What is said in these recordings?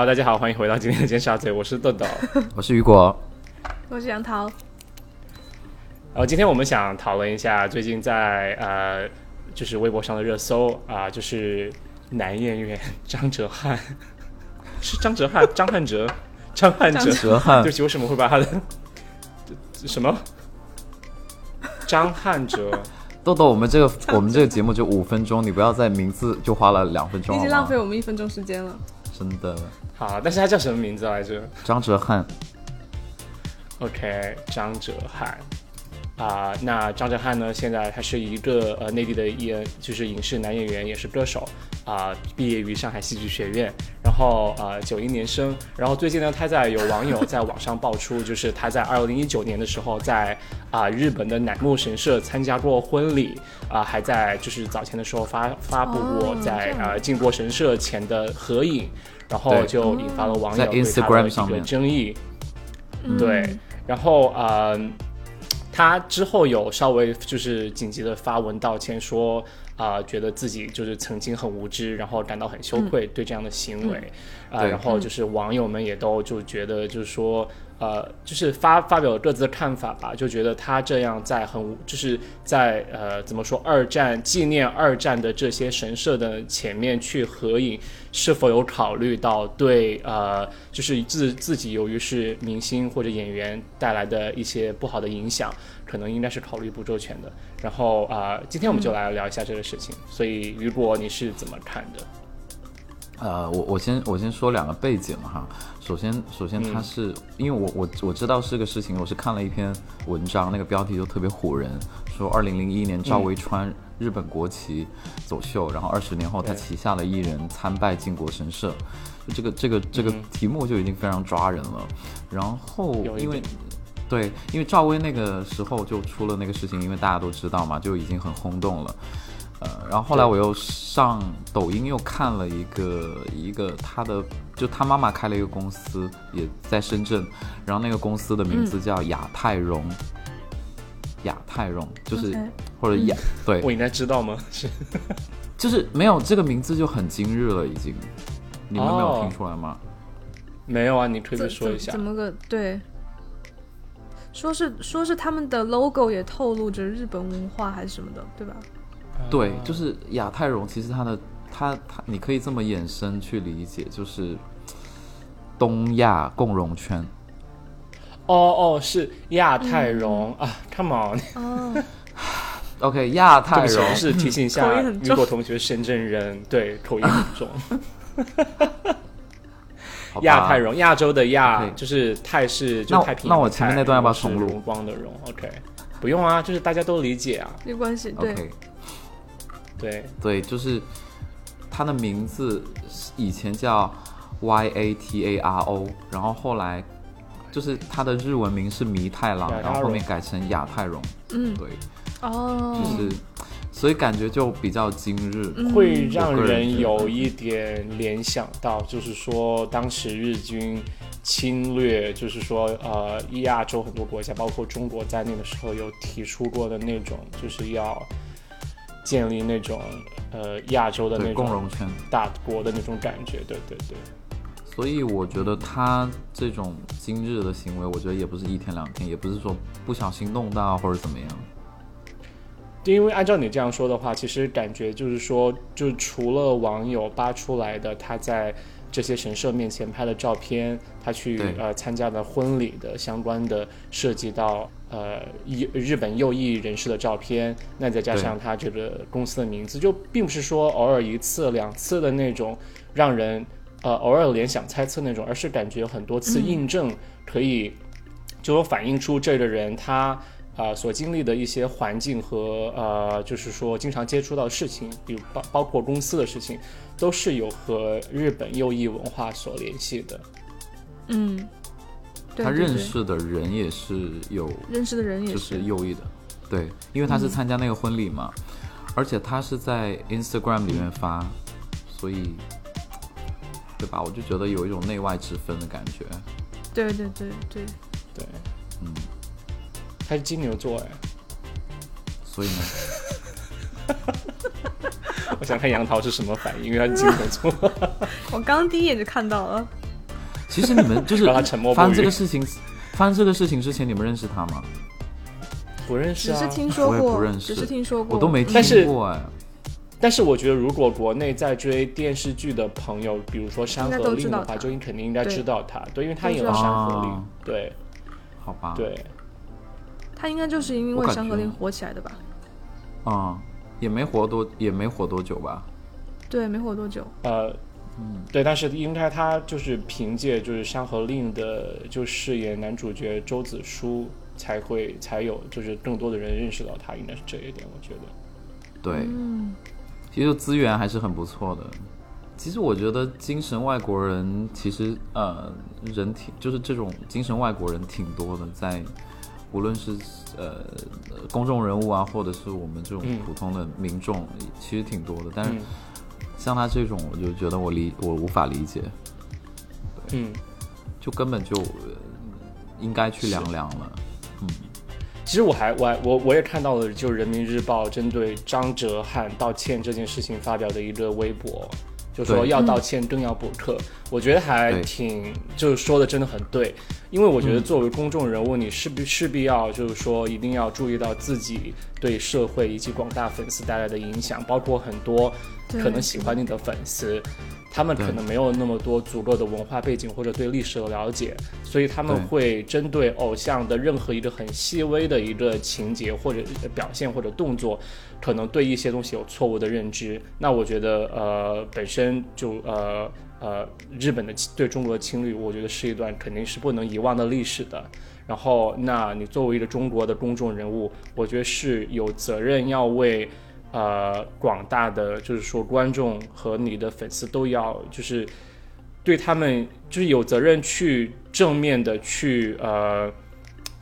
好，大家好，欢迎回到今天的尖沙咀，我是 豆豆。我是雨果，我是杨桃，然后呃今天我们想讨论一下最近在呃，就是微博上的热搜啊、就是男演员张哲瀚， 是张哲瀚，张翰哲，张翰哲，哲 对不瀚，起，为什么会把他的 什么张翰哲？豆豆，我们这个我们这个节目就五分钟，你不要在名字就花了两分钟已好啊经吗？浪费我们一分钟时间了。真的，好，但是他叫什么名字来着张哲瀚， ？OK，张哲瀚。啊、那张哲瀚呢？现在他是一个呃内地的演，就是影视男演员，也是歌手啊、毕业于上海戏剧学院，然后呃九一年生。然后最近呢，他在有网友在网上爆出，就是他在二零一九年的时候在啊、日本的乃木神社参加过婚礼啊、还在就是早前的时候发发布过哦在这样啊、靖国神社前的合影，然后对就引发了网友在对他 Instagram 的上一个面争议。嗯对，然后呃，他之后有稍微就是紧急的发文道歉说，啊、觉得自己就是曾经很无知，然后感到很羞愧对这样的行为，啊、对然后就是网友们也都就觉得就是说。呃，就是发发表各自的看法吧，就觉得他这样在很无就是在呃怎么说二战纪念二战的这些神社的前面去合影，是否有考虑到对呃，就是自自己由于是明星或者演员带来的一些不好的影响，可能应该是考虑不周全的。然后啊、呃今天我嗯们就来聊一下这个事情。所以，雨果你是怎么看的？呃，我我先我先说两个背景哈。首先，首先嗯他是、因为我我我知道是个事情，我是看了一篇文章，那个标题就特别唬人，说二零零一年嗯赵薇穿日本国旗走秀，然后二十年后他对旗下的艺人参拜靖国神社，就这个这个这个嗯题目就已经非常抓人了。然后有一因为点对，因为赵薇那个时候就出了那个事情，因为大家都知道嘛，就已经很轰动了。呃，然后后来我又上抖音又看了一个一个他的，就他妈妈开了一个公司，也在深圳，然后那个公司的嗯名字叫亚泰荣，亚泰荣就是 OK 或者亚、对，嗯我应该知道吗？ 是就是没有这个名字就很今日了，已经，你们没哦有听出来吗？没有啊？你可以说一怎下怎。么个对？说是说是他们的 logo 也透露着日本文化还是什么的，对吧？对，就是亚太荣，其实它的它它，你可以这么衍生去理解，就是东亚共荣圈。哦哦，是亚太嗯荣、啊，Come on！ 哦， OK，亚对太不起，荣我是提醒一口下音很雨重果同学，深圳人，对，口音很重。 好吧亚太荣，亚洲的亚 OK 就是泰是就那我太平那洋的我泰前面那段要不要荣是重录荣光的荣，OK，不用啊，就是大家都理解啊，没关系，对，OK，对，对，就是它的名字以前叫 Y A T A R O，然后后来就是它的日文名是弥太郎亚，太然后后荣面改成亚太荣。嗯，对，就哦，是、所以感觉就比较今日。嗯会让我个人人觉得有一点联想到，就是说当时日军侵略，就是说呃亚洲很多国家，包括中国在那个时候有提出过的那种，就是要建立那种呃亚洲的那对，共种荣圈。大国的那种感觉，对对对。所以我觉得他这种今日的行为，我觉得也不是一天两天，也不是说不小心弄到或者怎么样。对，因为按照你这样说的话，其实感觉就是说，就除了网友扒出来的他在这些神社面前拍的照片，他去对呃参加的婚礼的相关的涉及到呃一日本右翼人士的照片，那再加对上他这个公司的名字，就并不是说偶尔一次两次的那种让人呃偶尔联想猜测那种，而是感觉很多次印证可以就有反映出这个人他呃所经历的一些环境和呃就是说经常接触到的事情，比如包包括公司的事情，都是有和日本右翼文化所联系的。嗯，对他对认对识的人也是有，认识的人也就是是，右翼的，对，因为他是嗯参加那个婚礼嘛，而且他是在 Instagram 里面发，所以，对吧？我就觉得有一种内外之分的感觉。对对对对，对，嗯，他是金牛座哎，所以呢， 我想看杨桃是什么反应，因为他是金牛座。我刚第一眼就看到了，其实你们就是让他沉默不语发生这个事情，发生这个事情之前，你们认识他吗？不认识只啊。是听说我也不过，认识只是听说过，我都没嗯但是听过哎。但是我觉得，如果国内在追电视剧的朋友，比如说《山应该河都令知》道的话，他就你肯定应该对知道他，对，因为他演了都《知山道河令啊》，对好吧，，对，他应该就是因我为感《山河觉令》火起来的吧？啊、也没活多，也没活多久吧。对，没火多久。呃，对，但是应该他就是凭借就是《山河令》的就饰演男主角周子舒，才会才有就是更多的人认识到他，应该是这一点，我觉得。对，嗯，其实资源还是很不错的。其实我觉得精神外国人，其实呃，人挺就是这种精神外国人挺多的，在无论是呃公众人物啊，或者是我们这种嗯普通的民众，其实挺多的。但是嗯像他这种，我就觉得我理我无法理解，嗯，就根本就、呃应该去量量了。嗯其实我还我还我我也看到了，就是人民日报针对张哲瀚道歉这件事情发表的一个微博，就说对嗯要道歉更要补课，我觉得还对嗯挺就是说的真的很对，因为我觉得作为公众人物，你势必势必要就是说一定要注意到自己对社会以及广大粉丝带来的影响，包括很多对可能喜欢你的粉丝。他们可能没有那么多足够的文化背景或者对历史的了解，所以他们对会针对偶像的任何一个很细微的一个情节或者呃表现或者动作，可能对一些东西有错误的认知。那我觉得，呃，本身就呃呃，日本的侵对中国的侵略，我觉得是一段肯定是不能遗忘的历史的。然后，那你作为一个中国的公众人物，我觉得是有责任要为呃广大的就是说观众和你的粉丝都要就是对他们就是有责任去正面的去呃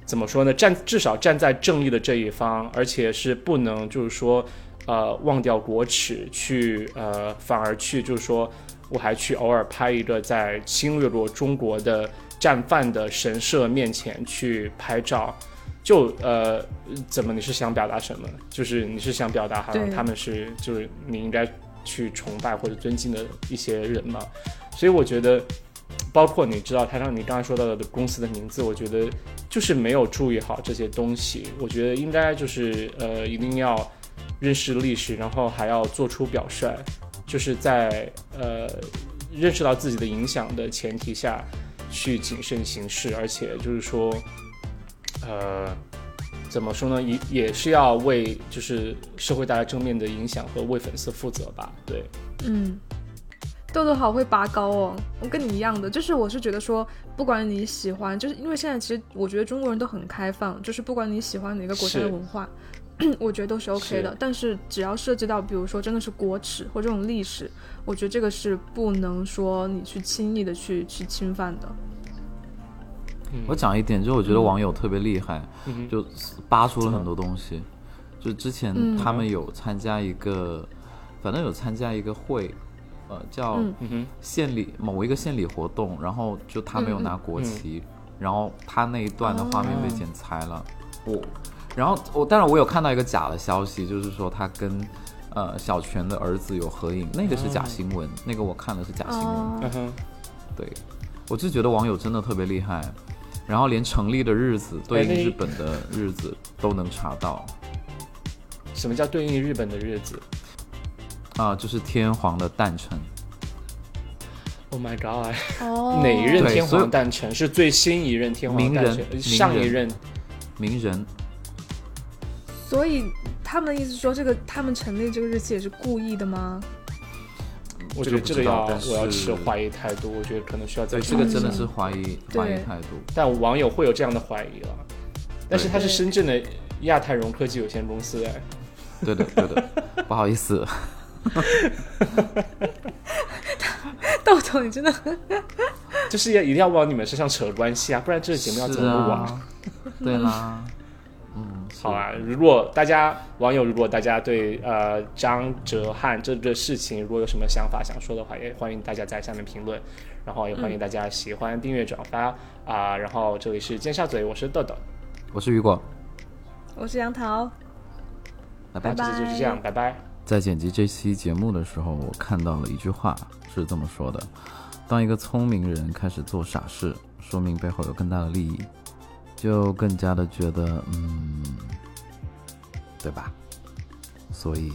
怎么说呢站至少站在正义的这一方，而且是不能就是说呃忘掉国耻去呃反而去就是说我还去偶尔拍一个在侵略过中国的战犯的神社面前去拍照。就呃，怎么你是想表达什么？就是你是想表达好像对他们是就是你应该去崇拜或者尊敬的一些人嘛？所以我觉得，包括你知道他让你刚才说到的公司的名字，我觉得就是没有注意好这些东西。我觉得应该就是呃，一定要认识历史，然后还要做出表率，就是在呃认识到自己的影响的前提下去谨慎行事，而且就是说，呃。怎么说呢？也也是要为就是社会带来正面的影响和为粉丝负责吧。对，嗯，豆豆好会拔高哦，我跟你一样的，就是我是觉得说，不管你喜欢，就是因为现在其实我觉得中国人都很开放，就是不管你喜欢哪个国家的是文化，我觉得都是 OK 的是。但是只要涉及到，比如说真的是国耻或这种历史，我觉得这个是不能说你去轻易的去去侵犯的。嗯我讲一点，就是我觉得网友特别厉害，嗯哼就扒出了很多东西。就之前嗯他们有参加一个，反正有参加一个会，呃，叫嗯嗯哼，县里、某一个县里活动，然后就他嗯没有拿国旗，然后他那一段的画面哦被剪裁了。我，然后我，当然我有看到一个假的消息，就是说他跟。呃，小泉的儿子有合影，那个是假新闻，那个我看的是假新闻。哦嗯，哼，对，我就觉得网友真的特别厉害，然后连成立的日子、对应那日本的日子都能查到什么叫对应日本的日子啊、就是天皇的诞辰。 ？Oh my god！哦哪一任对天所以皇诞辰是最新一任天皇名诞人辰？呃名上一人任名人所以他们的意思说，这个他们成立这个日期也是故意的吗？我觉这个得不这知个道要但是我要持怀疑态度，我觉得可能需要再对这查个一真的下是怀疑对怀疑态度，但网友会有这样的怀疑了。但是对它是对深圳的亚太融科技有限公司哎，对的对的，不好意思，豆豆，你真的就是要一定要往你们身上扯关系啊，不然这个节目要怎是么录啊？ 啊，对啦，嗯，是好啊，如果大家网友，如果大家对呃张哲瀚这个事情如果有什么想法想说的话，也欢迎大家在下面评论，然后也欢嗯迎大家喜欢、订阅、转发啊、然后这里是尖沙咀，我是豆豆，我是雨果，我是杨桃，拜拜那。这期就是这样，拜拜。在剪辑这期节目的时候，我看到了一句话是这么说的：当一个聪明人开始做傻事，说明背后有更大的利益，就更加的觉得，嗯，对吧？所以